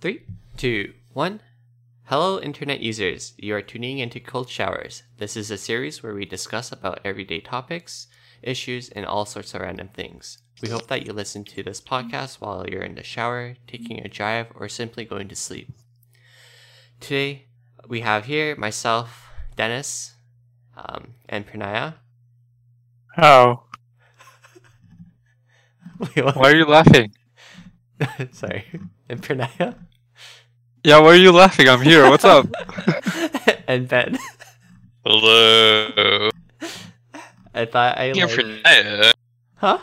Three, two, one. Hello, internet users. You are tuning into Cold Showers. This is a series where we discuss about everyday topics, issues, and all sorts of random things. We hope that you listen to this podcast while you're in the shower, taking a drive, or simply going to sleep. Today, we have here myself, Dennis, um, and Pranaya. How? Wait, what? Why are you laughing? Sorry, and Pranaya Yeah, why are you laughing? I'm here. What's up? and Ben. Hello. I thought I Looking like, for Naya. huh?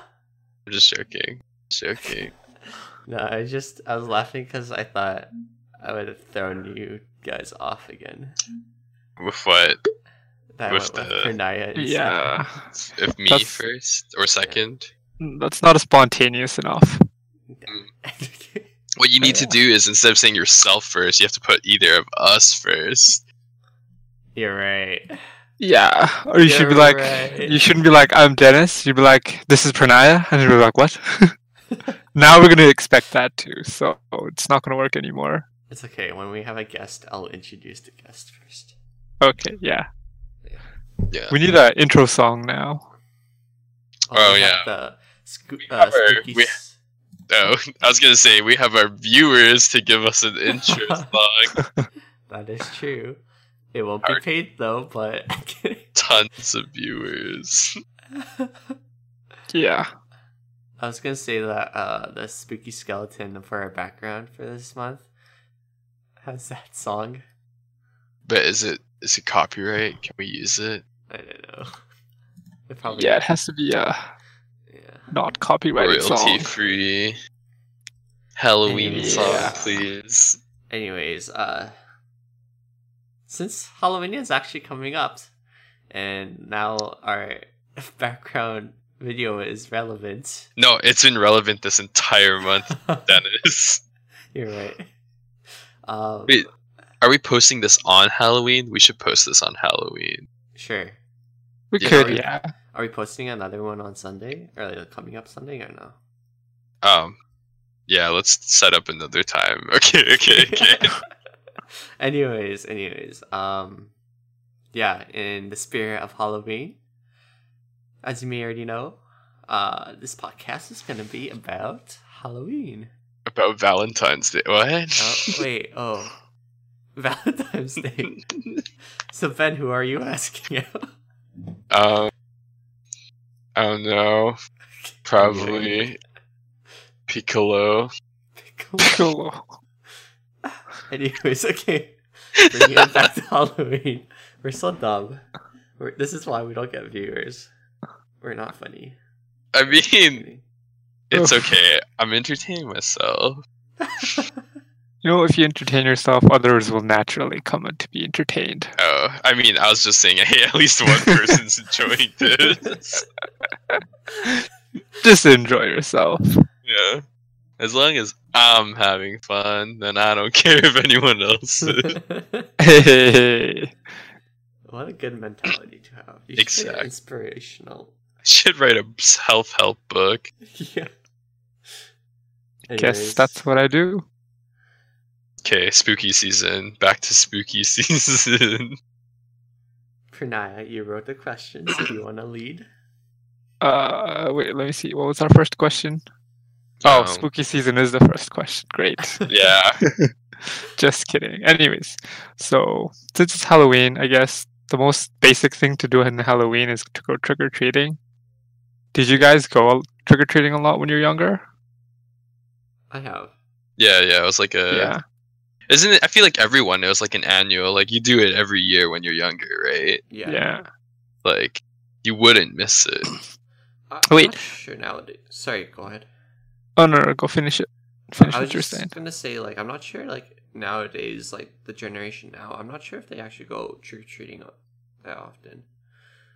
I'm just joking. Just joking. No, I just I was laughing because I thought I would have thrown you guys off again. With what? That I With went the- with Pranaya instead. yeah. If me That's- first or second? That's not spontaneous enough. What you need to do is instead of saying yourself first, you have to put either of us first. You're right. Yeah. Or you should be You're like right. you shouldn't be like, I'm Dennis. You'd be like, this is Pranaya and you'd be like, What? now we're gonna expect that too, so it's not gonna work anymore. It's okay. When we have a guest, I'll introduce the guest first. Okay, yeah. Yeah. We need a intro song now. Oh, we have yeah. The sco- We uh, have our- spooky we- s- No, Oh, I was gonna say we have our viewers to give us an intro song. that is true. It won't be Hard. paid though, but I'm kidding. Tons of viewers. Yeah. I was gonna say that uh, the spooky skeleton for our background for this month has that song. But is it is it copyright? Can we use it? I don't know. It probably Yeah, it has to be a yeah. not copyrighted song. Royalty free. Halloween Yeah. song, please. Anyways, uh, since Halloween is actually coming up, and now our background video is relevant. No, it's been relevant this entire month, Dennis. You're right. Um, Wait. Are we posting this on Halloween? We should post this on Halloween. sure. We Yeah. could, yeah. Are we posting another one on Sunday or like coming up Sunday or no? Um, yeah, let's set up another time. Okay, okay, okay. anyways, anyways, um, yeah, in the spirit of Halloween, as you may already know, uh, this podcast is gonna be about Halloween. About Valentine's Day. What? Oh wait, oh, Valentine's Day. so Ben, who are you asking? um, I don't know. Probably Piccolo. Pickle. Anyways, okay, bringing it back to Halloween. We're so dumb. We're, this is why we don't get viewers. We're not funny. I mean, Kidding. it's okay. I'm entertaining myself. You know, if you entertain yourself, others will naturally come to be entertained. Oh, I mean, I was just saying, hey, at least one person's enjoying this. Just enjoy yourself. Yeah. As long as I'm having fun, then I don't care if anyone else is. Hey, What a good mentality to have. You should be Exact- inspirational. should write a self help book. yeah. guess that's what I do. Okay, spooky season. Back to spooky season. Pranaya, you wrote the questions. Do you want to lead? Uh, wait, let me see. What was our first question? Oh, Um, spooky season is the first question. Great. Yeah. Just kidding. Anyways, so since it's Halloween, I guess the most basic thing to do on Halloween is to go trick or treating. Did you guys go trick or treating a lot when you were younger? I have. Yeah, yeah. It was like Uh, a. yeah. Isn't it? I feel like everyone, it was like an annual. Like, you do it every year when you're younger, right? Yeah. yeah. Like, you wouldn't miss it. I- Wait. I'm not sure nowadays. Sorry, go ahead. Oh no, no, go finish it. Finish I was what you're just saying. gonna say, like, I'm not sure, like, nowadays, like, the generation now, I'm not sure if they actually go trick or treating that often.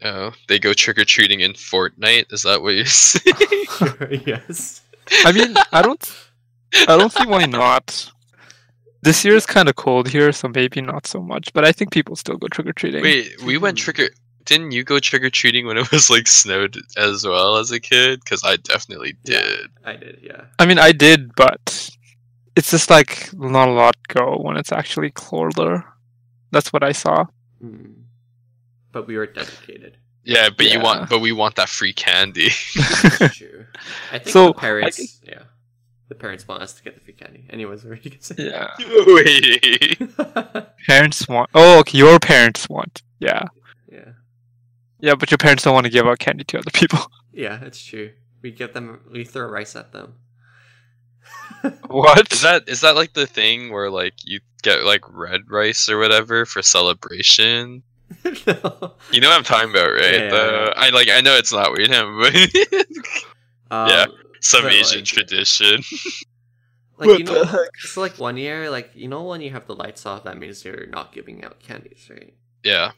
Oh, they go trick or treating in Fortnite? Is that what you're saying? yes. I mean, I don't, I don't see why not. This year is kind of cold here, so maybe not so much. But I think people still go trick or treating. Wait, we went Hmm. trick or. Didn't you go trick or treating when it was like snowed as well as a kid? Because I definitely Yeah. did. I did, yeah. I mean, I did, but it's just like not a lot go when it's actually colder. That's what I saw. Mm. But we were dedicated. Yeah, but you Yeah. want, but we want that free candy. That's true. I think So, the I parents, think- yeah, the parents want us to get the free candy. Anyways, what were you gonna say? yeah. Wait. Parents want. Oh, okay. Your parents want. Yeah. yeah, Yeah, but your parents don't want to give out candy to other people. yeah, it's true. We give them, we throw rice at them. what? Is that is that like the thing where like you get like red rice or whatever for celebration? no. You know what I'm talking about, right? Yeah, The- I like I know it's not weird him, but Um, Yeah. some But, Asian like- tradition. Like What you the know, heck? so like one year, like you know, when you have the lights off, that means you're not giving out candies, right? yeah.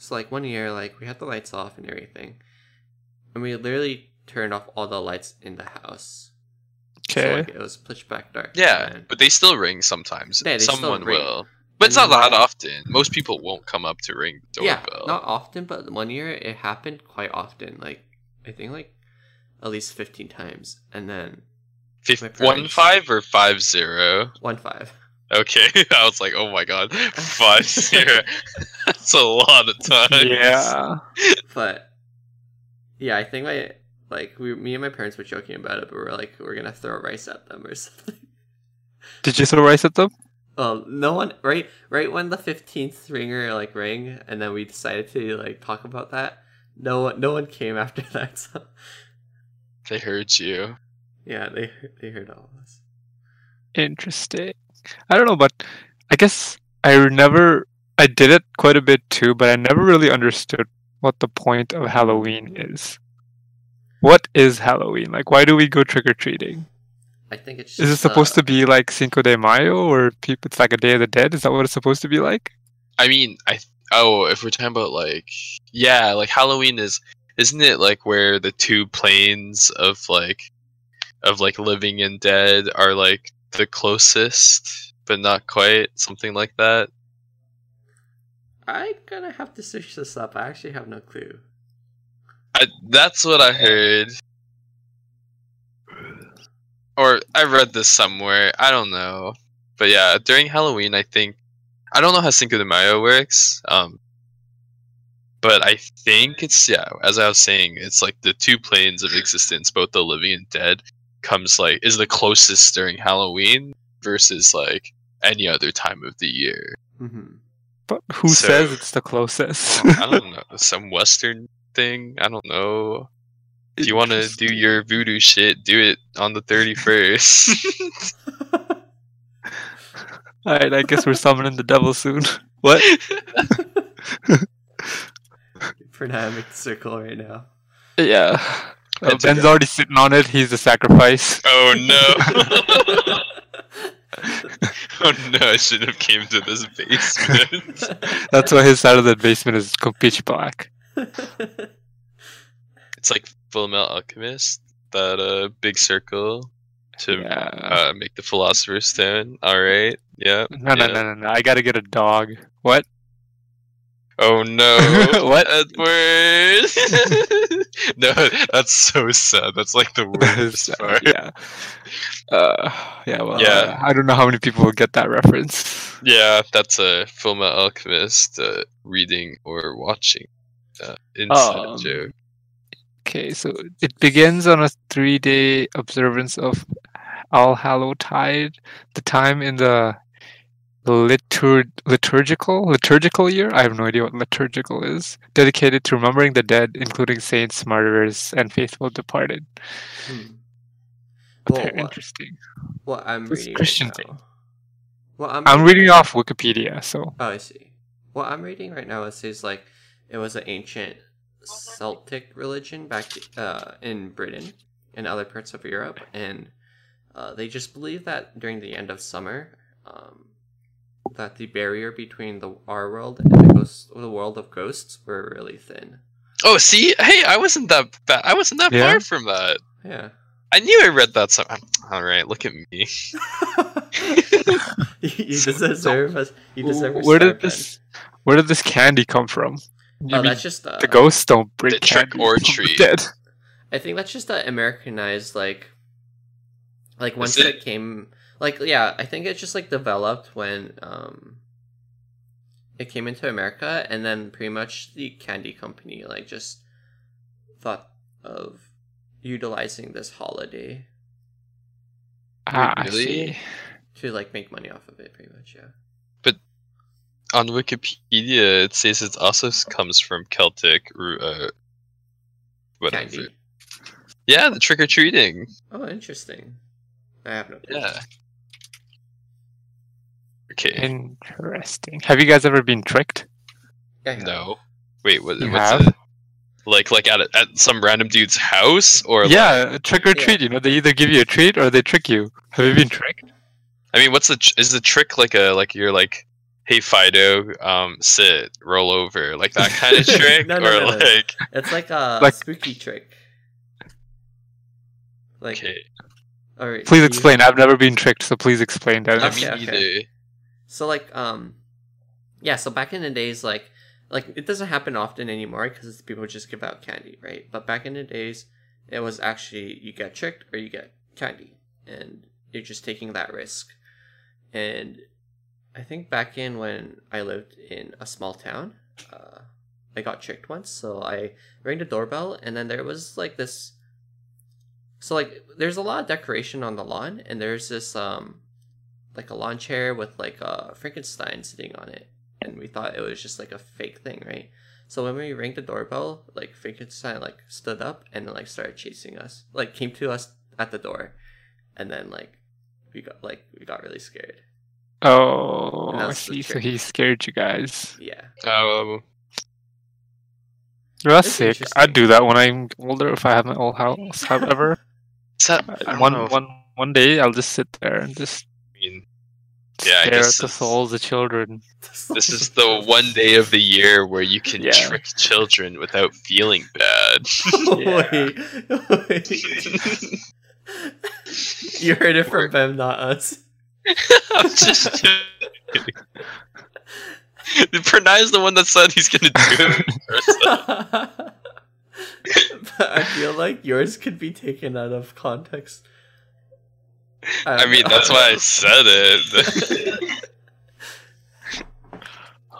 So like one year, like we had the lights off and everything, and we literally turned off all the lights in the house. So, Okay. like, it was pitch black dark. Yeah. and- But they still ring sometimes. Yeah, they still Someone ring. will. But it's And not then- that often. Most people won't come up to ring the yeah, doorbell. not often, but one year it happened quite often. Like I think like at least fifteen times, and then Fif- my parents- one five or five zero. one five. Okay. I was like, oh my god. Five zero. That's a lot of times. Yeah. But yeah, I think my like we, me and my parents were joking about it, but we are like we're gonna throw rice at them or something. Did you throw rice at them? Well, no one right right when the fifteenth ringer like rang, and then we decided to like talk about that. No one, no one came after that. So They heard you. yeah, they they heard all of us. Interesting. I don't know, but I guess I never. I did it quite a bit too, but I never really understood what the point of Halloween is. What is Halloween? Like, why do we go trick or treating? I think it's Is it just, uh, supposed to be like Cinco de Mayo or peop it's like a Day of the Dead? Is that what it's supposed to be like? I mean, I oh, if we're talking about like yeah, like Halloween is isn't it like where the two planes of like of like living and dead are like the closest but not quite something like that. I'm gonna have to search this up. I actually have no clue. I, that's what I heard. Or I read this somewhere. I don't know. But yeah, during Halloween, I think I don't know how Cinco de Mayo works. Um, but I think it's yeah. As I was saying, it's like the two planes of existence, both the living and dead, comes like is the closest during Halloween versus like any other time of the year. hmm But who So- says it's the closest? I don't know some Western thing. I don't know. If you want to do Interesting. your voodoo shit, do it on the 31st. Alright, I guess we're summoning the devil soon. What? Pranamic circle right now. Yeah. Uh, That's Ben's okay. already sitting on it. He's the sacrifice. oh no. oh no, I shouldn't have came to this basement. That's why his side of the basement is co- pitch black. it's like Full Metal Alchemist, that uh, big circle to Yeah. uh, make the Philosopher's Stone. All right. Yeah. No, no, yeah. no, no, no. I gotta get a dog. What? Oh no. What? Edward. no, that's so sad. That's like the worst part. yeah. Uh, yeah. Well. Yeah. uh, I don't know how many people will get that reference. Yeah, that's a film alchemist uh, reading or watching uh, inside Oh. joke. Okay, so it begins on a three-day observance of All Hallow Tide, the time in the liturg- liturgical liturgical year. I have no idea what liturgical is. Dedicated to remembering the dead, including saints, martyrs, and faithful departed. Hmm. Well, Well, they're what, interesting. what I'm This reading. Christian right thing. now. Well, I'm, I'm reading off Wikipedia, so Oh, I see. What I'm reading right now it says like it was an ancient Celtic religion back uh, in Britain and other parts of Europe, and uh, they just believe that during the end of summer, um, that the barrier between the our world and the ghost, the world of ghosts, were really thin. Oh, see, hey, I wasn't that bad. I wasn't that Yeah? far from that. Yeah. I knew I read that. So all right, look at me. you, you deserve us. You deserve. a where star, Ben. did this where did this candy come from? You Oh, mean that's just uh, the ghosts don't bring The trick candy or from the treat. dead. I think that's just the Americanized like like once it- it? came like yeah i think it just like developed when um it came into america and then pretty much the candy company like just thought of utilizing this holiday Ah, I Really? see. to like make money off of it pretty much yeah On Wikipedia, it says it also s- comes from Celtic, ru- uh, whatever. candy Yeah, the trick or treating. oh interesting i have no clue. Yeah. Okay. Interesting. Have you guys ever been tricked? I have. No. Wait, what, You what's have? it? Like, like at a, at some random dude's house, or like- yeah, trick or Yeah. treat. You know, they either give you a treat or they trick you. Have you been tricked? I mean, what's the tr- is the trick like a like you're like, hey Fido, um, sit, roll over, like that kind of trick, No, no, or no, no. like it's like a Like- spooky trick like okay, all right Please you- explain. I've never been tricked, so please explain that. I Okay, mean, okay. either. So like um yeah, so back in the days like like it doesn't happen often anymore cuz people just give out candy, right? But back in the days it was actually you get tricked or you get candy and you're just taking that risk. And I think back in when I lived in a small town, uh I got tricked once, so I rang the doorbell and then there was like this so like there's a lot of decoration on the lawn and there's this um like a lawn chair with like a Frankenstein sitting on it, and we thought it was just like a fake thing, right? So when we rang the doorbell, like Frankenstein like stood up and like started chasing us, like came to us at the door, and then like we got like we got really scared. Oh, I That's the see. So trick. he scared you guys. Yeah, Oh, Well, That's That's sick. I'd interesting. do that when I'm older if I have my old house. However, is that, I one don't know if- one one day I'll just sit there and just I mean, Yeah, I stare at guess the it's- souls of children. this is the one day of the year where you can Yeah. trick children without feeling bad. Wait, wait. you heard it from them, not us. I'm just kidding. Pranay's the one that said he's gonna do it. but I feel like yours could be taken out of context. I mean, that's why I said it.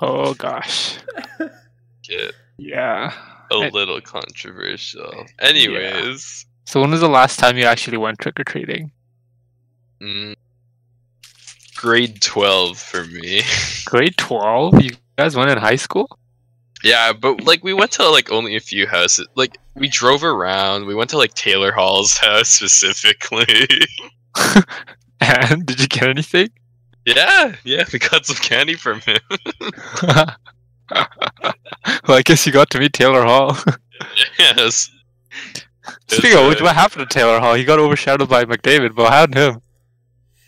Oh gosh, Get yeah. a I- little controversial. Anyways, so when was the last time you actually went trick or treating? mm, grade 12 for me. Grade twelve. You guys went in high school. Yeah, but like we went to like only a few houses. Like we drove around. We went to like Taylor Hall's house specifically. and did you get anything? yeah, yeah, we got some candy from him. well, I guess you got to meet Taylor Hall. yes. Speaking of which, uh, what happened to Taylor Hall? He got overshadowed by McDavid, but how did him?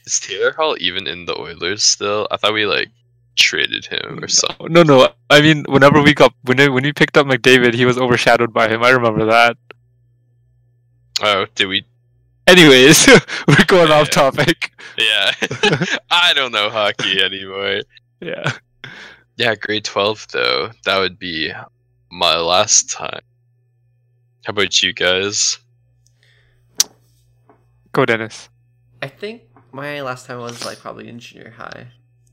Is Taylor Hall even in the Oilers still? I thought we like traded him or something. No, no. I mean, whenever we got when when we picked up McDavid, he was overshadowed by him. I remember that. Oh, did we? Anyways, we're going Yeah. off topic. Yeah. I don't know hockey anymore. Yeah. Yeah, grade 12 though. That would be my last time. How about you guys? Go, Dennis. I think my last time was like probably in junior high,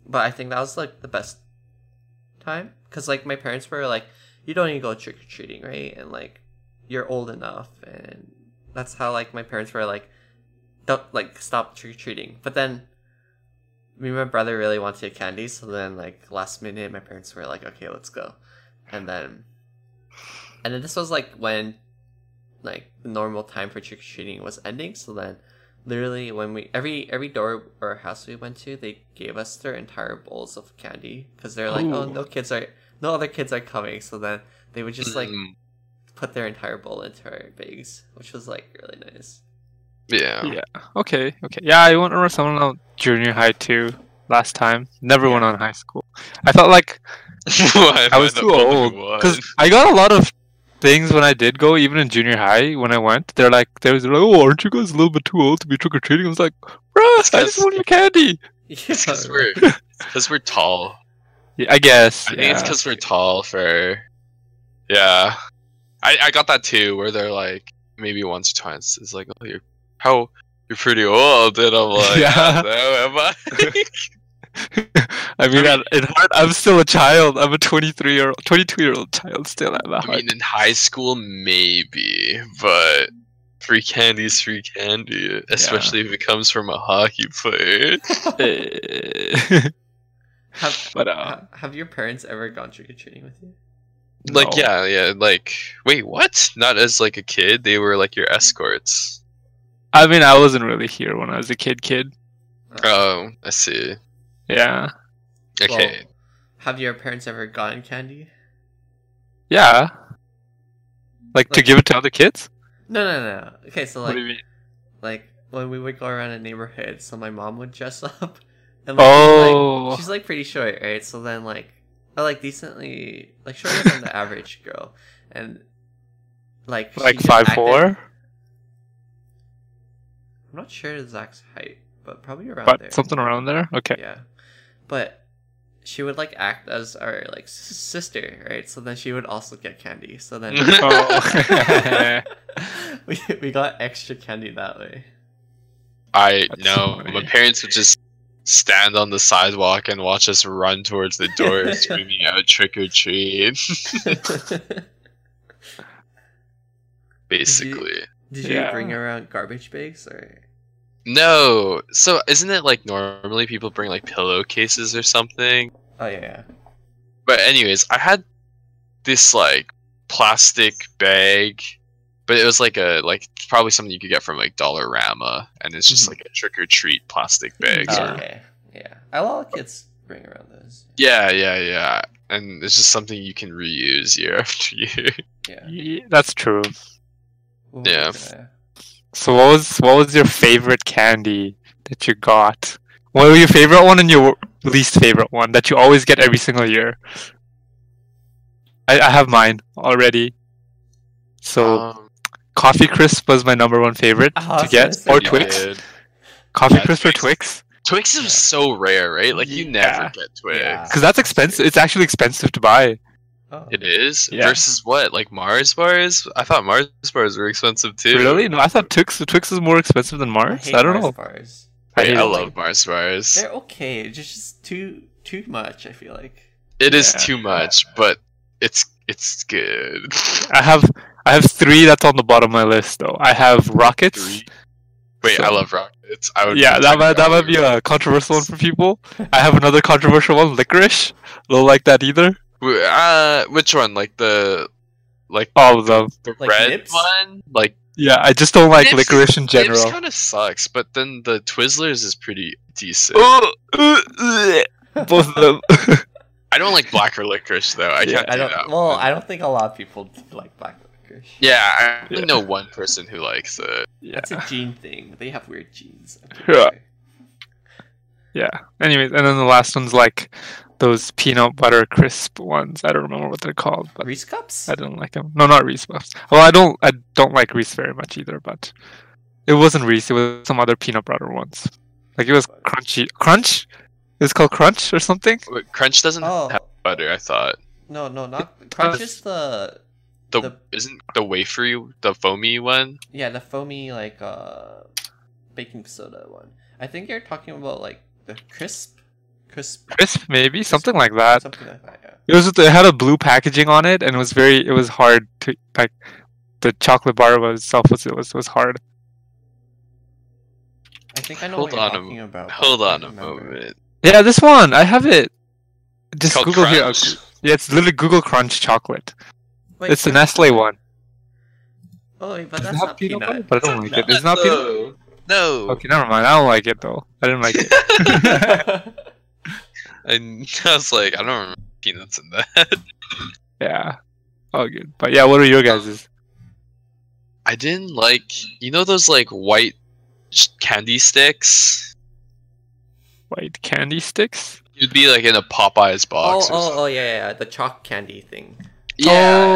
but I think that was like the best time because like my parents were like, "You don't even go trick or treating, right?" And like, you're old enough, and that's how like my parents were like, "Don't like stop trick or treating." But then, me and my brother really wanted candy, so then like last minute, my parents were like, "Okay, let's go," and then, and then this was like when, like the normal time for trick or treating was ending, so then literally when we every every door or house we went to they gave us their entire bowls of candy because they're like oh Ooh. no kids are no other kids are coming so then they would just like Mm, put their entire bowl into our bags which was like really nice yeah. Yeah. Okay. Okay. Yeah, I went around someone on junior high too. Last time, never went on high school. I felt like Why am I was the too only old one? because I got a lot of things when I did go, even in junior high when I went. They're like, they was like, oh, aren't you guys a little bit too old to be trick or treating? I was like, bruh, I just because- want your candy. It's Yeah, because right. we're, it's 'cause we're tall. Yeah, I guess. I think it's yeah. because we're tall for. Yeah, I I got that too, where they're like maybe once or twice. It's like, oh, you're how you're pretty old, and I'm like, Yeah. yeah. no, am I? I mean, at, in heart, I'm still a child. I'm a 23 year old, 22 year old child still at that I heart. mean, in high school, maybe, but free candy's free candy, especially if it comes from a hockey player. Eh. Have, but uh, ha- have your parents ever gone trick or treating with you? Like, no. yeah, yeah, like, wait, what? Not as like a kid, they were like your escorts. I mean, I wasn't really here when I was a kid. Kid, Oh, I see. yeah, Okay, Well, have your parents ever gotten candy? yeah. Like to Like- give it to other kids? No, no, no. Okay, so what do like, you mean? like when we would go around a neighborhood, so my mom would dress up, and like, she's, like- Oh, she's like pretty short, right? So then like, I like decently like shorter than the average girl, and like she like just five acted- four, I'm not sure of Zach's height, but probably around but there. something around there. Okay. Yeah, but she would like act as our like s- sister, right? So then she would also get candy. So then Oh. we we got extra candy that way. I That's know. funny. My parents would just stand on the sidewalk and watch us run towards the door, screaming out "trick or treat," basically. Did you Yeah. bring around garbage bags or? No. So isn't it like normally people bring like pillowcases or something? Oh yeah. But anyways, I had this like plastic bag, but it was like a like probably something you could get from like Dollarama, and it's just Mhm. like a trick or treat plastic bag. Oh, yeah. Uh, okay. Yeah. A lot of kids bring around those. yeah, yeah, yeah. And it's just something you can reuse year after year. Yeah. Ye- That's true. What were we Yeah. gonna- So what was what was your favorite candy that you got? What was your favorite one and your least favorite one that you always get every single year? I, I have mine already. So Um, coffee crisp was my number one favorite Oh, I to was gonna get, say or that. Twix. dude. Coffee Yeah, crisp or Twix. Twix, Twix is so rare, right? Like you Yeah. never get Twix. Yeah. because that's expensive. It's actually expensive to buy. Oh. It is Yeah. versus what? Like Mars bars? I thought Mars bars were expensive too. Really? No, I thought Twix. Twix is more expensive than I Mars. hate I, don't Mars know. bars. I Wait, hate I it. love Mars bars. They're okay. It's just- just too too much. I feel like. It is Yeah. too much, but it's it's good. I have I have three. That's on the bottom of my list though. I have rockets. Three. Wait, I So- love rockets. I would Yeah, that protect might that might rockets. be a controversial one for people. I have another controversial one, licorice. Don't like that either. Wh- Uh, which one? Like the like All of them. the Like red nips? one? Like Yeah, I just don't like Nips- licorice in General. general. kind of sucks, but then the Twizzlers is pretty decent. Ooh, ooh, bleh. Both of them. I don't like black or licorice though. I Yeah, can't. I do don't. that Well, one. I don't think a lot of people like black licorice. Yeah, I only Yeah. know one person who likes it. Yeah. That's a gene thing. They have weird genes. I'm pretty Yeah. sure. Anyways, and then the last one's like those peanut butter crisp ones. I don't remember what they're called, but Reese cups. I don't like them. No, not Reese Puffs. Well, I don't I don't like Reese very much either, but it wasn't Reese. It was some other peanut butter ones. Like it was crunchy. Crunch. It was called Crunch or something. Wait, Crunch doesn't Oh have butter. I thought no, no, not crunch is the the, The- isn't the wafery, the foamy one. yeah the foamy like uh baking soda one. I think you're talking about like the crisp, crisp Crisp, maybe something like that. something like that. Yeah. It was it had a blue packaging on it, and it was very it was hard to like the chocolate bar was- itself was it was was hard. I think I know Hold what you're on a talking about. but Hold I on a can't remember. moment. Yeah, this one I have it. It's Just called Google here. Crunch. Yeah, it's literally Google Crunch chocolate. Wait, it's the Nestle one. Oh, wait, but Does it that's have not peanut. butter? But I don't like it. It's not peanut. no. No. Okay, never mind. I don't like it though. I didn't like it. And I was like, I don't remember peanuts in that. yeah. Oh, good. But yeah, what are your guys's? I didn't like you know those like white sh- candy sticks. White candy sticks? You'd be like in a Popeyes oh, box. or oh, something. oh, yeah, yeah, yeah, the chalk candy thing. Yeah.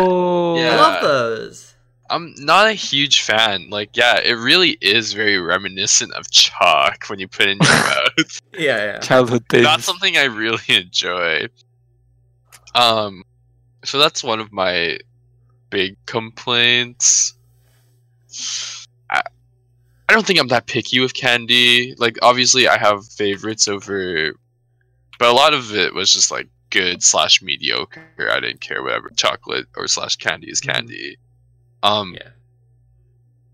Oh. I Yeah. love those. I'm not a huge fan. Like, yeah, it really is very reminiscent of chalk when you put it in your mouth. Yeah, yeah. Childhood things. Not something I really enjoy. Um, so that's one of my big complaints. I, I don't think I'm that picky with candy. Like obviously I have favorites over but a lot of it was just like good slash mediocre. I didn't care whatever chocolate or slash candy is candy. Um Yeah.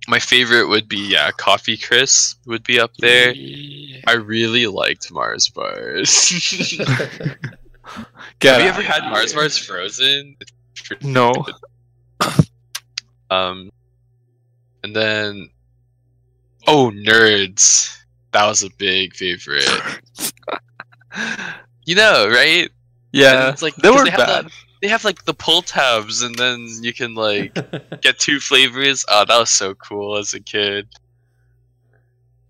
my favorite would be yeah, coffee crisp would be up there. Mm-hmm. I really liked Mars bars. Get Have you out. ever had Mars bars frozen? It's pretty No. good. Um, and then, oh, nerds! That was a big favorite. You know, right? And yeah, it's like they 'cause were have bad. The, they have like the pull tabs, and then you can like get two flavors. Oh, that was so cool as a kid.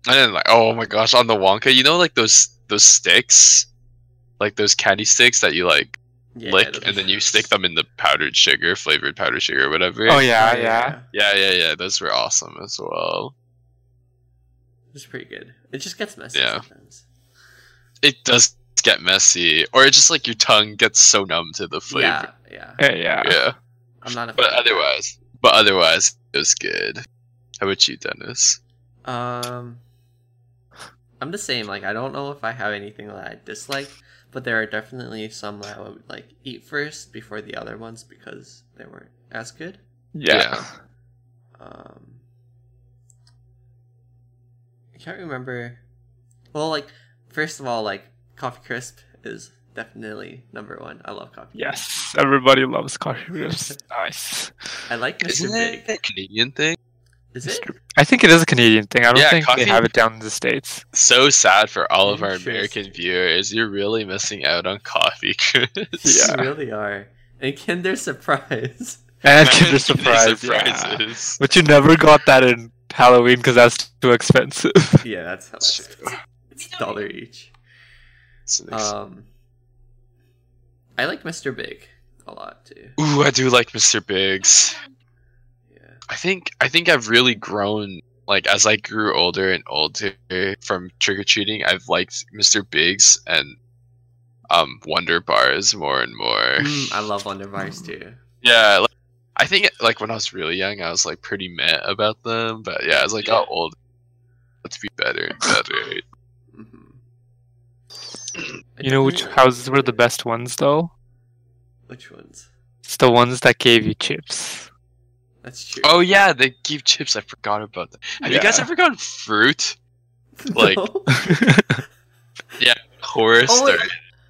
And then like, oh my gosh, on the Wonka, you know, like those those sticks, like those candy sticks that you like Yeah, lick those- and then you stick them in the powdered sugar, flavored powdered sugar, or whatever. Oh yeah, yeah. yeah, yeah, yeah. Those were awesome as well. It's pretty good. It just gets messy Yeah. sometimes. It does get messy, or it's just like your tongue gets so numb to the flavor. Yeah, yeah. Yeah, yeah. Yeah, I'm not a but fan. otherwise, but otherwise, it was good. How about you, Dennis? Um, I'm the same. Like, I don't know if I have anything that I dislike, but there are definitely some that I would like eat first before the other ones because they weren't as good. Yeah. Yeah. Um, I can't remember. Well, like, first of all, like coffee crisp is definitely number one. I love coffee. Yes, everybody loves coffee crisps. nice. I like Mr. Isn't Big. it a Canadian thing? Is it? Mr. I think it is a Canadian thing. I don't Yeah, think coffee- they have it down in the states. So sad for all of our Interesting. American viewers. You're really missing out on coffee, Chris. Yeah. You really are. And Kinder Surprise. And Imagine Kinder the Surprise. Yeah. surprises. But you never got that in Halloween because that's too expensive. yeah, that's how It's it's. It's a dollar each. It's an ex- Um, I like Mr. Big a lot too. Ooh, I do like Mr. Biggs. Yeah. I think I think I've really grown like as I grew older and older from trick or treating. I've liked Mr. Biggs and um Wonder Bars more and more. Mm, I love Wonder Bars too. Yeah, like, I think like when I was really young, I was like pretty meh about them. But yeah, as I got older, let's be better and better. Mm-hmm. You know which houses were the best ones though? Which ones? It's the ones that gave you chips. That's true. oh yeah, they give chips. I forgot about that. Have you guys Yeah. ever gotten fruit? like- No. Chorus Oh, wait, or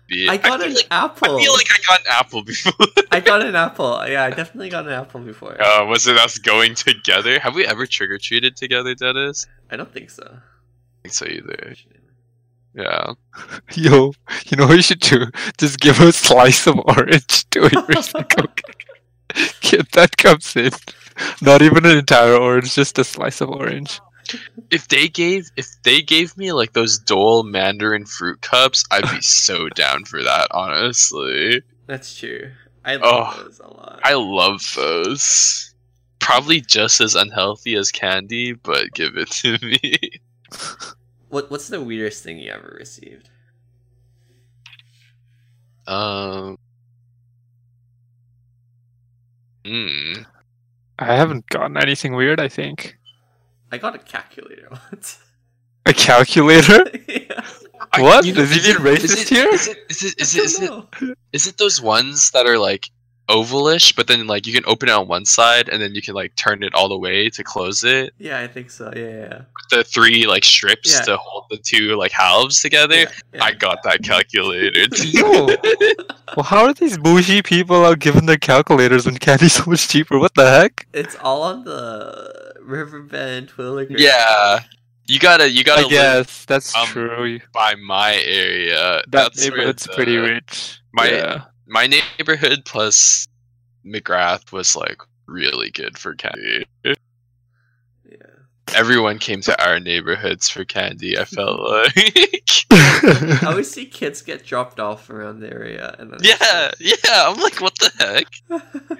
the- I got feel an like- apple. I feel like I got an apple before. I got an apple. Yeah, I definitely got an apple before. Uh, was it us going together? Have we ever trick or treated together, Dennis? I don't think so. I think so either. Yeah. Yo, you know what you should do? Just give a slice of orange to every single kid- kid that comes in. Not even an entire orange, just a slice of orange. If they gave if they gave me like those Dole Mandarin fruit cups, I'd be so down for that, honestly. That's true. I love Oh, those a lot. I love those. Probably just as unhealthy as candy, but give it to me. What What's the weirdest thing you ever received? Um Hmm. I haven't gotten anything weird, I think. I got a calculator once. A calculator? yeah. I- What? you know, Is he being is racist it- here? Is it is it is it, is I it don't know. Is it those ones that are like ovalish, but then like you can open it on one side and then you can like turn it all the way to close it? Yeah, I think so. Yeah, yeah. The three like strips Yeah. to hold the two like halves together. yeah, yeah. I got that calculator. Yo. Well, how are these bougie people out giving their calculators when candy's so much cheaper? What the heck? It's all on the Riverbend Twilliger. yeah, you gotta you gotta I live guess that's um, true. by my area. That That's where neighborhood's pretty the- rich. my- yeah. My neighborhood plus McGrath was like really good for candy. Yeah. Everyone came to our neighborhoods for candy. I felt like. I always see kids get dropped off around the area. and then Yeah, yeah. I'm like, what the heck?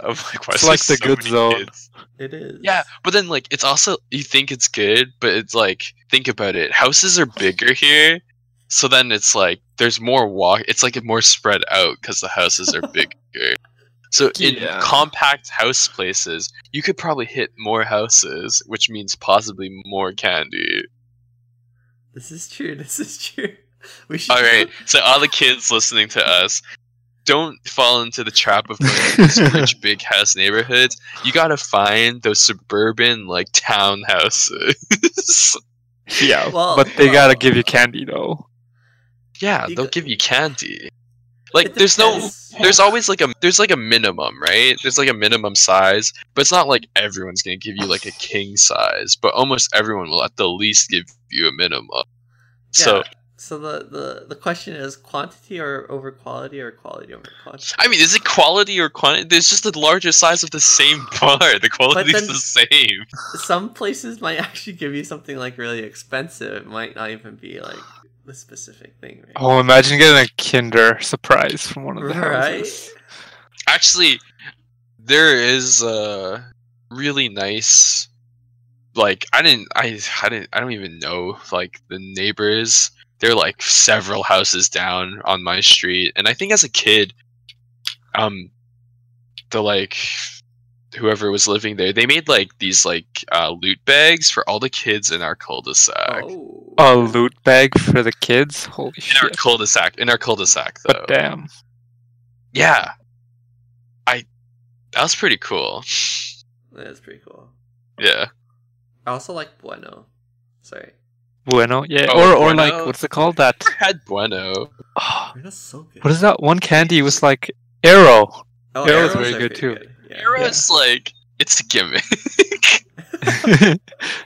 I'm like, why It's is there like the so good many zone. kids? It is. Yeah, but then like, it's also you think it's good, but it's like, think about it. Houses are bigger here, so then it's like there's more walk. It's like more spread out because the houses are bigger. So in Yeah. compact house places, you could probably hit more houses, which means possibly more candy. This is true. This is true. We should. All right. So all the kids listening to us, don't fall into the trap of going to these rich big house neighborhoods. You gotta find those suburban like townhouses. Yeah, Well- but they gotta well- give you candy though. yeah, You they'll go- give you candy. Like there's no, there's always like a there's like a minimum, right? There's like a minimum size, but it's not like everyone's gonna give you like a king size, but almost everyone will at the least give you a minimum. So Yeah. So the, the the question is quantity or over quality or quality over quantity. I mean, is it quality or quantity? There's just the larger size of the same bar. The quality's then- the same. Some places might actually give you something like really expensive. It might not even be like the specific thing. Right? Oh, imagine getting a Kinder surprise from one of the Right? houses. Actually, there is a really nice. Like I didn't, I, I didn't, I don't even know like the neighbors. They're like several houses down on my street, and I think as a kid, um, the like whoever was living there, they made like these like uh, loot bags for all the kids in our cul-de-sac. Oh. A loot bag for the kids. Holy In our shit! cul-de-sac. In our cul-de-sac, though. But damn, yeah. I. That was pretty cool. That's pretty cool. Yeah. I also like Bueno. Sorry. bueno, yeah, Oh, or or like bueno. what's it called that? I had bueno. Oh, Bueno's so good. what is that one candy? It was like arrow. Oh, Arrow's Arrow's very are good, pretty too. Yeah. Arrow's like it's a gimmick.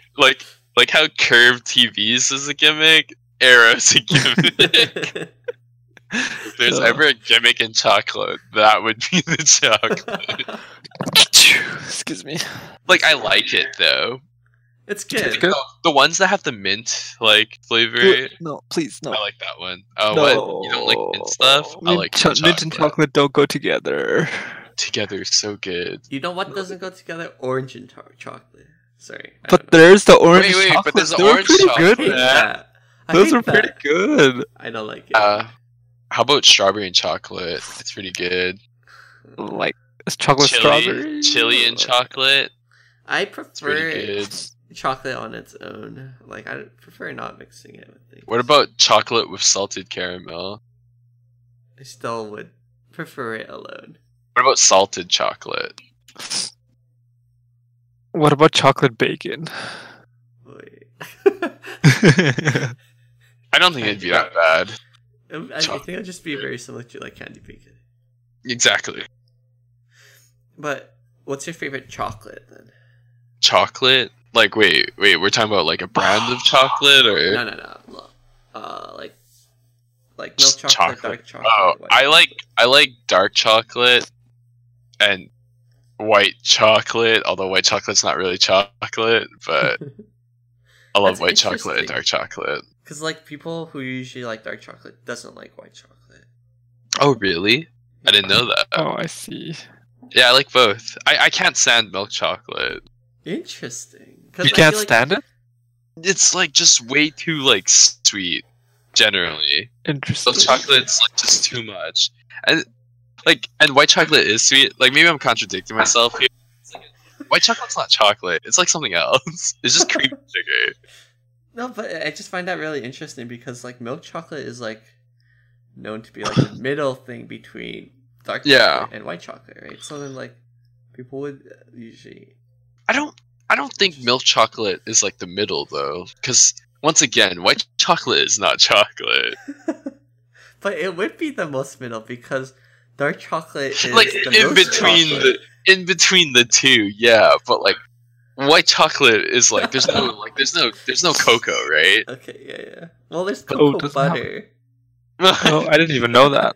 like like how curved TVs is a gimmick. Arrow's a gimmick. if there's Yeah. ever a gimmick in chocolate, that would be the chocolate. Excuse me. Like I like it though. Oh, it's good. It's good. The ones that have the mint like flavor. No, please no. I like that one. Oh, Uh, what? You don't like mint stuff? I Mint like cho- mint and chocolate don't go together. together is so good. You know what doesn't go together? Orange and tar- chocolate. Sorry. I But don't know. there's the orange wait, but chocolate. there's the they were orange pretty chocolate. I hate good. that. I Those hate are pretty that. good. I don't like it. Uh, how about strawberry and chocolate? It's pretty good. Like it's chocolate chili, strawberry. chili and chocolate. I It's pretty prefer good. chocolate on its own. Like I prefer not mixing it with things. What about chocolate with salted caramel? I still would prefer it alone. What about salted chocolate? What about chocolate bacon? Wait. I don't think it'd be that bad. Um, I I think it'll just be very similar to like candy bacon. Exactly. But what's your favorite chocolate then? Chocolate? Like, wait, wait, we're talking about like a brand of chocolate or? No, no, no. Look, Uh, like, like milk Just chocolate, chocolate. dark chocolate. Oh, white I like chocolate. I like dark chocolate and white chocolate. Although white chocolate's not really chocolate, but I love That's white chocolate and interesting. dark chocolate. Because like people who usually like dark chocolate doesn't like white chocolate. Oh, really? I didn't know that. oh, I see. Yeah, I like both. I, I can't stand milk chocolate. Interesting. 'Cause You I can't feel like- stand it. It's like just way too like sweet. Generally, Interesting. milk chocolate's like just too much, and like and white chocolate is sweet. Like maybe I'm contradicting myself here. It's like- White chocolate's not chocolate. It's like something else. It's just cream and sugar. No, but I just find that really interesting because like milk chocolate is like known to be like the middle thing between dark Yeah. chocolate and white chocolate, right? So then like people would uh, usually I don't. I don't think milk chocolate is like the middle though, because once again, white chocolate is not chocolate. But it would be the most middle because dark chocolate is Like, the in most between chocolate. in between the two, yeah, but like white chocolate is like there's no like there's no there's no cocoa, right? Okay, yeah, yeah. Well, there's Oh, cocoa doesn't have- butter. Oh, I didn't even know that.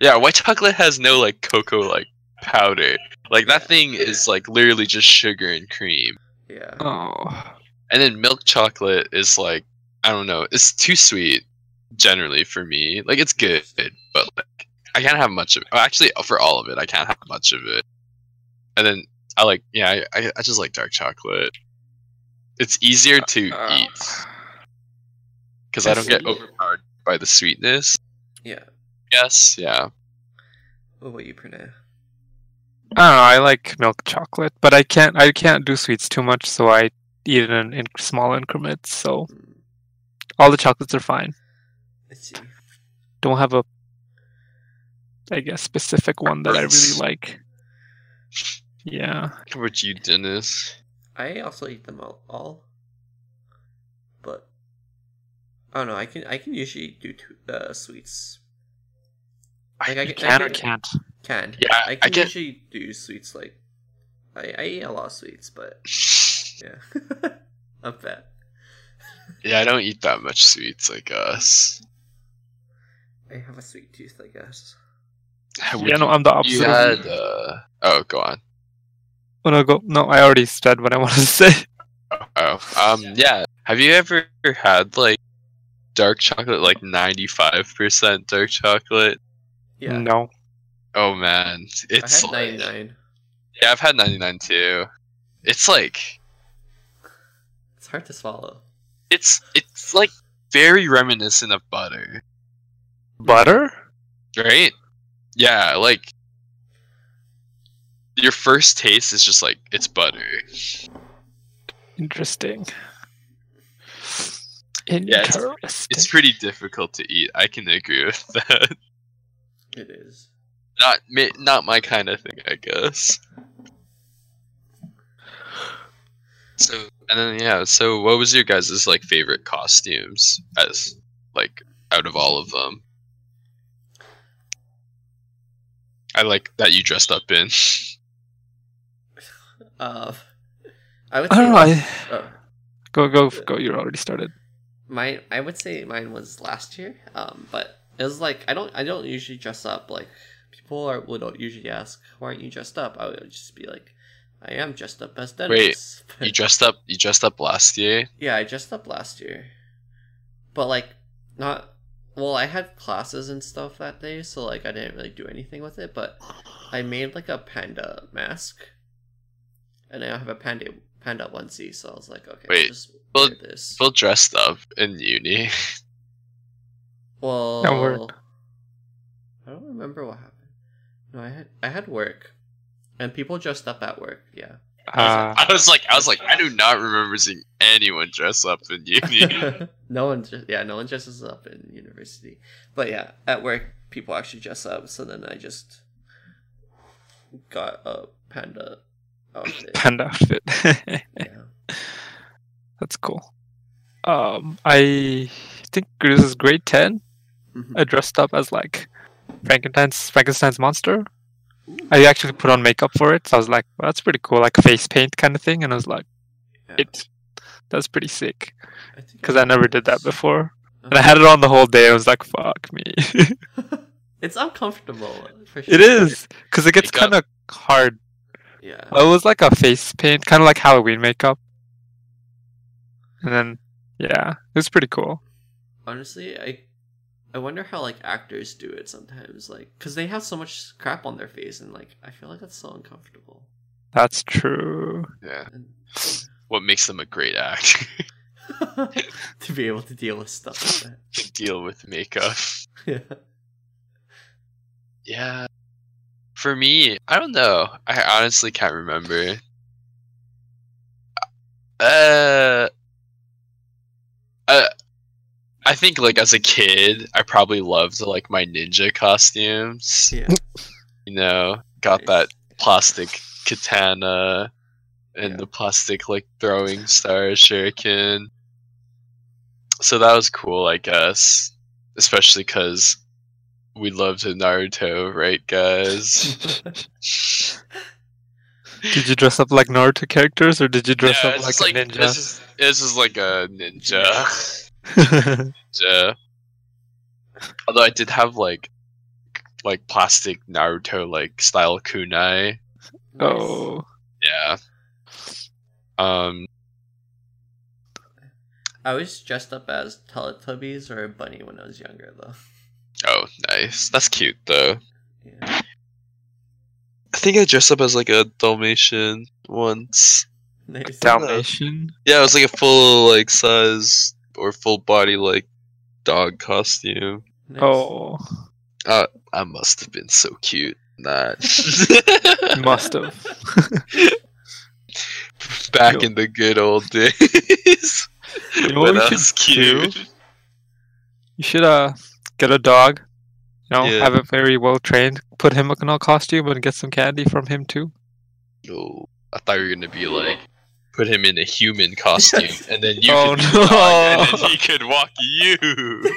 yeah, white chocolate has no like cocoa like powder. Like that thing is like literally just sugar and cream. Yeah. Oh, And then milk chocolate is like I don't know, it's too sweet generally for me. Like it's good, but like I can't have much of it. Actually, for all of it, I can't have much of it. And then I like yeah, I- I I just like dark chocolate. It's easier to Uh, eat. because I I don't get see. overpowered by the sweetness. Yeah. Yes, yeah. What about you, Prana? I don't know. I like milk chocolate, but I can't. I can't do sweets too much, so I eat it in, in small increments. So Mm, all the chocolates are fine. Let's see. Don't have a, I guess, specific one that I really Preference. like. Yeah. What you, Dennis? I also eat them all, all. But I don't know. I can I can usually do two, uh, sweets. Like, I You can- I can or can- can't. Can Yeah, I I can can- usually do sweets like I, I eat a lot of sweets, but yeah, I'm fat. Yeah, I don't eat that much sweets like us. I have a sweet tooth, I guess. Would Yeah, no, I'm the opposite. you, you of you. had uh oh go on. Oh no, go. No, I already said what I wanted to say. Oh. Um yeah. Have you ever had like dark chocolate like ninety five percent dark chocolate? Yeah, No. Oh man. I It's had like- 99. Yeah, I've had ninety nine too. It's like It's hard to swallow. it's it's like very reminiscent of butter. Butter? Right? Yeah, like your first taste is just like it's butter. Interesting. it's- Interesting. It's pretty difficult to eat. I can agree with that. It is. Not mi- not my kind of thing, I guess. So and then yeah, so what was your guys' like favorite costumes as like out of all of them? I like that you dressed up in. Um, I would. I don't know. say- I, oh, go, go, go. You already started. mine. I would say mine was last year. Um, but it was like I don't. I don't usually dress up. Like people are would usually ask, "Why aren't you dressed up?" I would just be like, "I am dressed up as Dennis." You dressed up. You dressed up last year. Yeah, I dressed up last year. But like not well, I had classes and stuff that day, so like I didn't really do anything with it, but I made like a panda mask. And I have a panda panda onesie, so I was like, okay, I'll Wait, just well- wear this. Full dressed up in uni. Well, That worked. I don't remember what happened. No, I had I had work. And people dressed up at work, yeah. Uh, I was like, I was like, I do not remember seeing anyone dress up in uni. no one just yeah no one dresses up in university but yeah at work people actually dress up so then i just got a panda outfit panda outfit. yeah That's cool. Um, I think this is grade ten. Mhm. I dressed up as like Frankenstein's Frankenstein's monster. I actually put on makeup for it, so I was like, well, "That's pretty cool," like face paint kind of thing, and I was like, Yeah. "It, that's pretty sick," I think because I never did that it's- before. Uh-huh. And I had it on the whole day. I was like, "Fuck me!" it it's uncomfortable for sure. is because it gets Makeup. kind of hard. yeah Oh. It was like a face paint, kind of like Halloween makeup. And then, yeah, it was pretty cool. honestly i i wonder how like actors do it sometimes like because they have so much crap on their face and like i feel like that's so uncomfortable That's true. yeah. and What makes them a great actor? to be able to deal with stuff like that to deal with makeup. yeah Yeah. For me, I don't know. I honestly can't remember. Uh, uh, I think like as a kid, I probably loved like my ninja costumes. yeah You know, got that Nice. plastic katana and Yeah. the plastic like throwing star shuriken. So that was cool, I guess. Especially because we loved Naruto, right, guys? Did you dress up like Naruto characters, or did you dress yeah, up it's like a just like it's ninja? just, it's just like a ninja. ninja. Although I did have like like plastic Naruto like style kunai. oh, Yeah. Um. I was dressed up as Teletubbies or a bunny when I was younger, though. Oh, nice. That's cute though. Yeah. I think I dressed up as like a Dalmatian once. Nice. Dalmatian. Yeah, it was like a full like size or full body like dog costume. Nice. Oh, I must have been so cute. Not Must have. back Yo. in the good old days. You know when what I we was should do? cute. You should uh get a dog. You know, Yeah. have it very well trained. Put him in a costume and get some candy from him too. Oh, I thought you were gonna be like put him in a human costume and then you oh could be dog, and no! then he could walk you.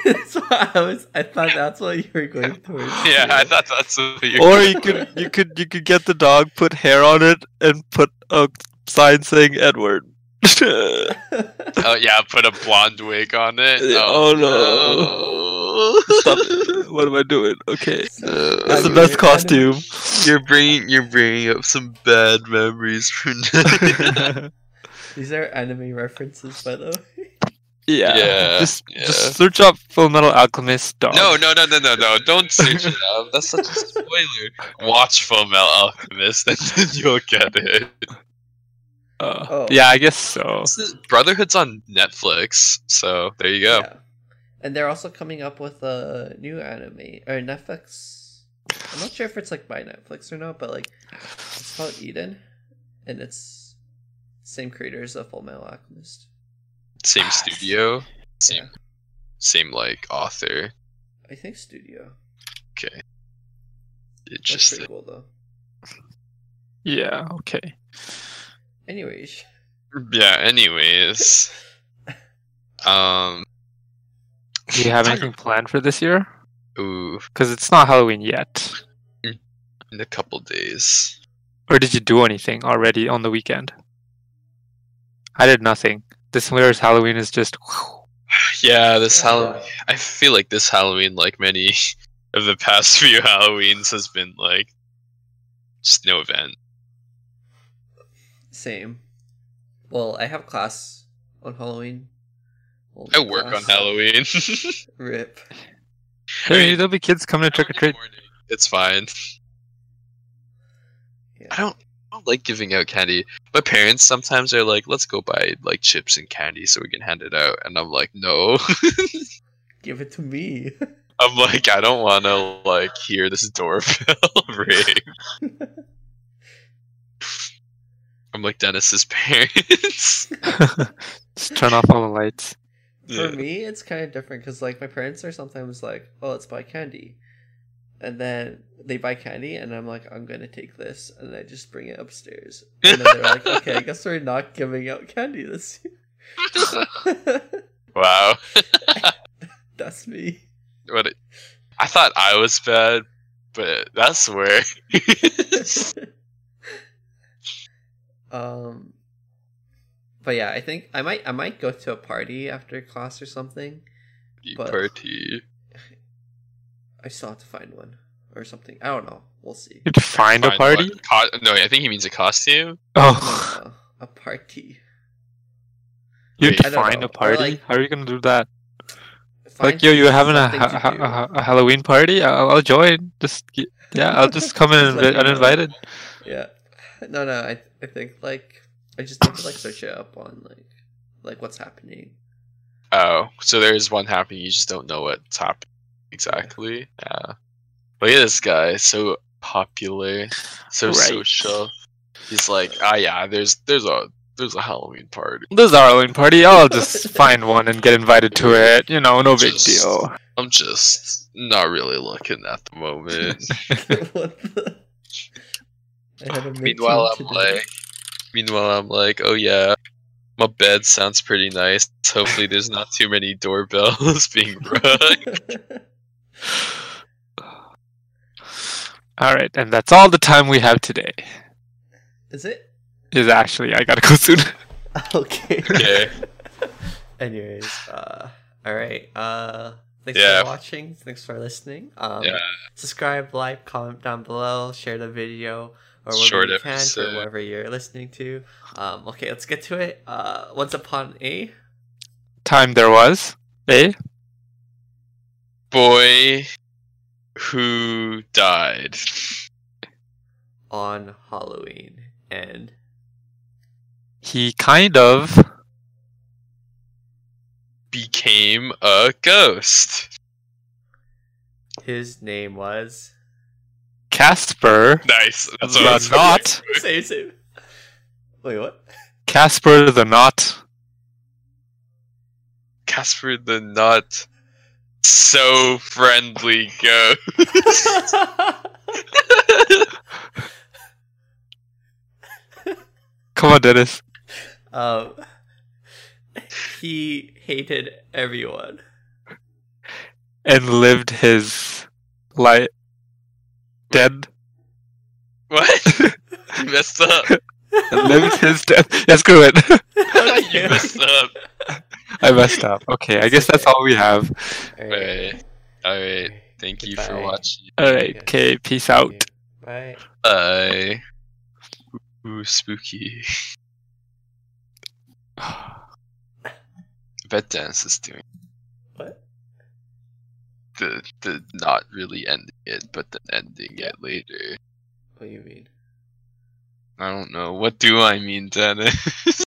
that's what I was. I thought that's what you were going towards. Yeah, I thought that's what you or you could you could you could get the dog, put hair on it, and put a sign saying Edward. oh thought. Oh yeah, put a blonde wig on it. Yeah, Oh, oh, no. Stop it. What am I doing? Okay. That's the Okay. best costume. You're bringing you're bringing up some bad memories from These are anime references, by the way. yeah. Yeah, Just yeah. just search up Full Metal Alchemist dog. No, no, no, no, no, no! Don't search it up. That's such a spoiler. Watch Full Metal Alchemist, and then you'll get it. Uh, Oh. Yeah, I guess so. Brotherhood's on Netflix, so there you go. And they're also coming up with a new anime or Netflix. I'm not sure if it's like by Netflix or not, but like it's called Eden, and it's same creators of Full Metal Alchemist. Same studio, same, Yeah. same like author. I think Studio. Okay, it That's just pretty cool though. Yeah. Okay. Anyways, yeah. Anyways, um, Do you have anything planned for this year? ooh, Because it's not Halloween yet. in a couple days. Or did you do anything already on the weekend? I did nothing. This winter's Halloween is just. Yeah, this Halloween. I feel like this Halloween, like many of the past few Halloweens, has been like just no event. Same. Well, I have class on Halloween. Well, I work on class. Halloween. Rip. Hey, there'll be kids coming to trick or treat. It's fine. Yeah. I don't, I don't like giving out candy. My parents sometimes are like, "Let's go buy like chips and candy so we can hand it out," and I'm like, "No." Give it to me. I'm like, I don't want to like hear this doorbell ring. I'm like Dennis's parents. Just turn off all the lights. Yeah. For me, it's kind of different because like my parents are sometimes like, "Oh, let's buy candy," and then they buy candy, and I'm like, "I'm gonna take this," and I just bring it upstairs, and then they're like, "Okay, I guess we're not giving out candy this year." wow. That's me. What? It, I thought I was bad, but that's where. um, but yeah, I think I might I might go to a party after class or something. But- party. I still have to find one or something. I don't know. We'll see. You'd find a Fine, party? what? Co- no, I think he means a costume. Oh, No, no, a party. you'd Wait. I don't find know. a party? Like- How are you gonna do that? Find like, yo, you're having a, something ha- to ha- do. ha- a Halloween party? I'll, I'll join. Just y- yeah, I'll just come in Just let invi- me know. uninvited. Yeah. No, no. I I think like I just need to like search it up on like like what's happening. Oh, so there is one happening. You just don't know what's happening exactly. Yeah. Look at this guy. So popular. So Right. social. He's like, ah, yeah. There's there's a there's a Halloween party. This is our Halloween party. I'll just find one and get invited to it. You know, no big Just- deal. I'm just not really looking at the moment. what the? I had a meeting meanwhile, I'm today. like, meanwhile, I'm like, oh yeah, my bed sounds pretty nice. Hopefully, there's not too many doorbells being rung. All right, and that's all the time we have today. Is it Is actually I gotta go soon. okay? Okay. Anyways, uh, all right. Uh, thanks Yeah. for watching. Thanks for listening. Um, Yeah. subscribe, like, comment down below, share the video or whatever Short you can for episode. whatever you're listening to. Um, okay, let's get to it. Uh, once upon a time there was, eh? Boy who died. on Halloween and He kind of. Became a ghost. his name was Casper Nice. That's what I the was Knot. save, save. Wait, what? Casper the Knot. Casper the Nut. So friendly ghost. Come on, Dennis. um, he hated everyone. And lived his life dead. What? you messed up. And lived his death. Yeah, screw it. You messed up. I messed up. Okay, I guess that's all we have. Alright. Alright. Thank you for Goodbye. watching. All right. Okay. Peace out. Bye. Bye. Ooh, spooky. Bet Dennis is doing What? the the not really ending it, but then ending it later. What do you mean? I don't know. What do I mean, Dennis?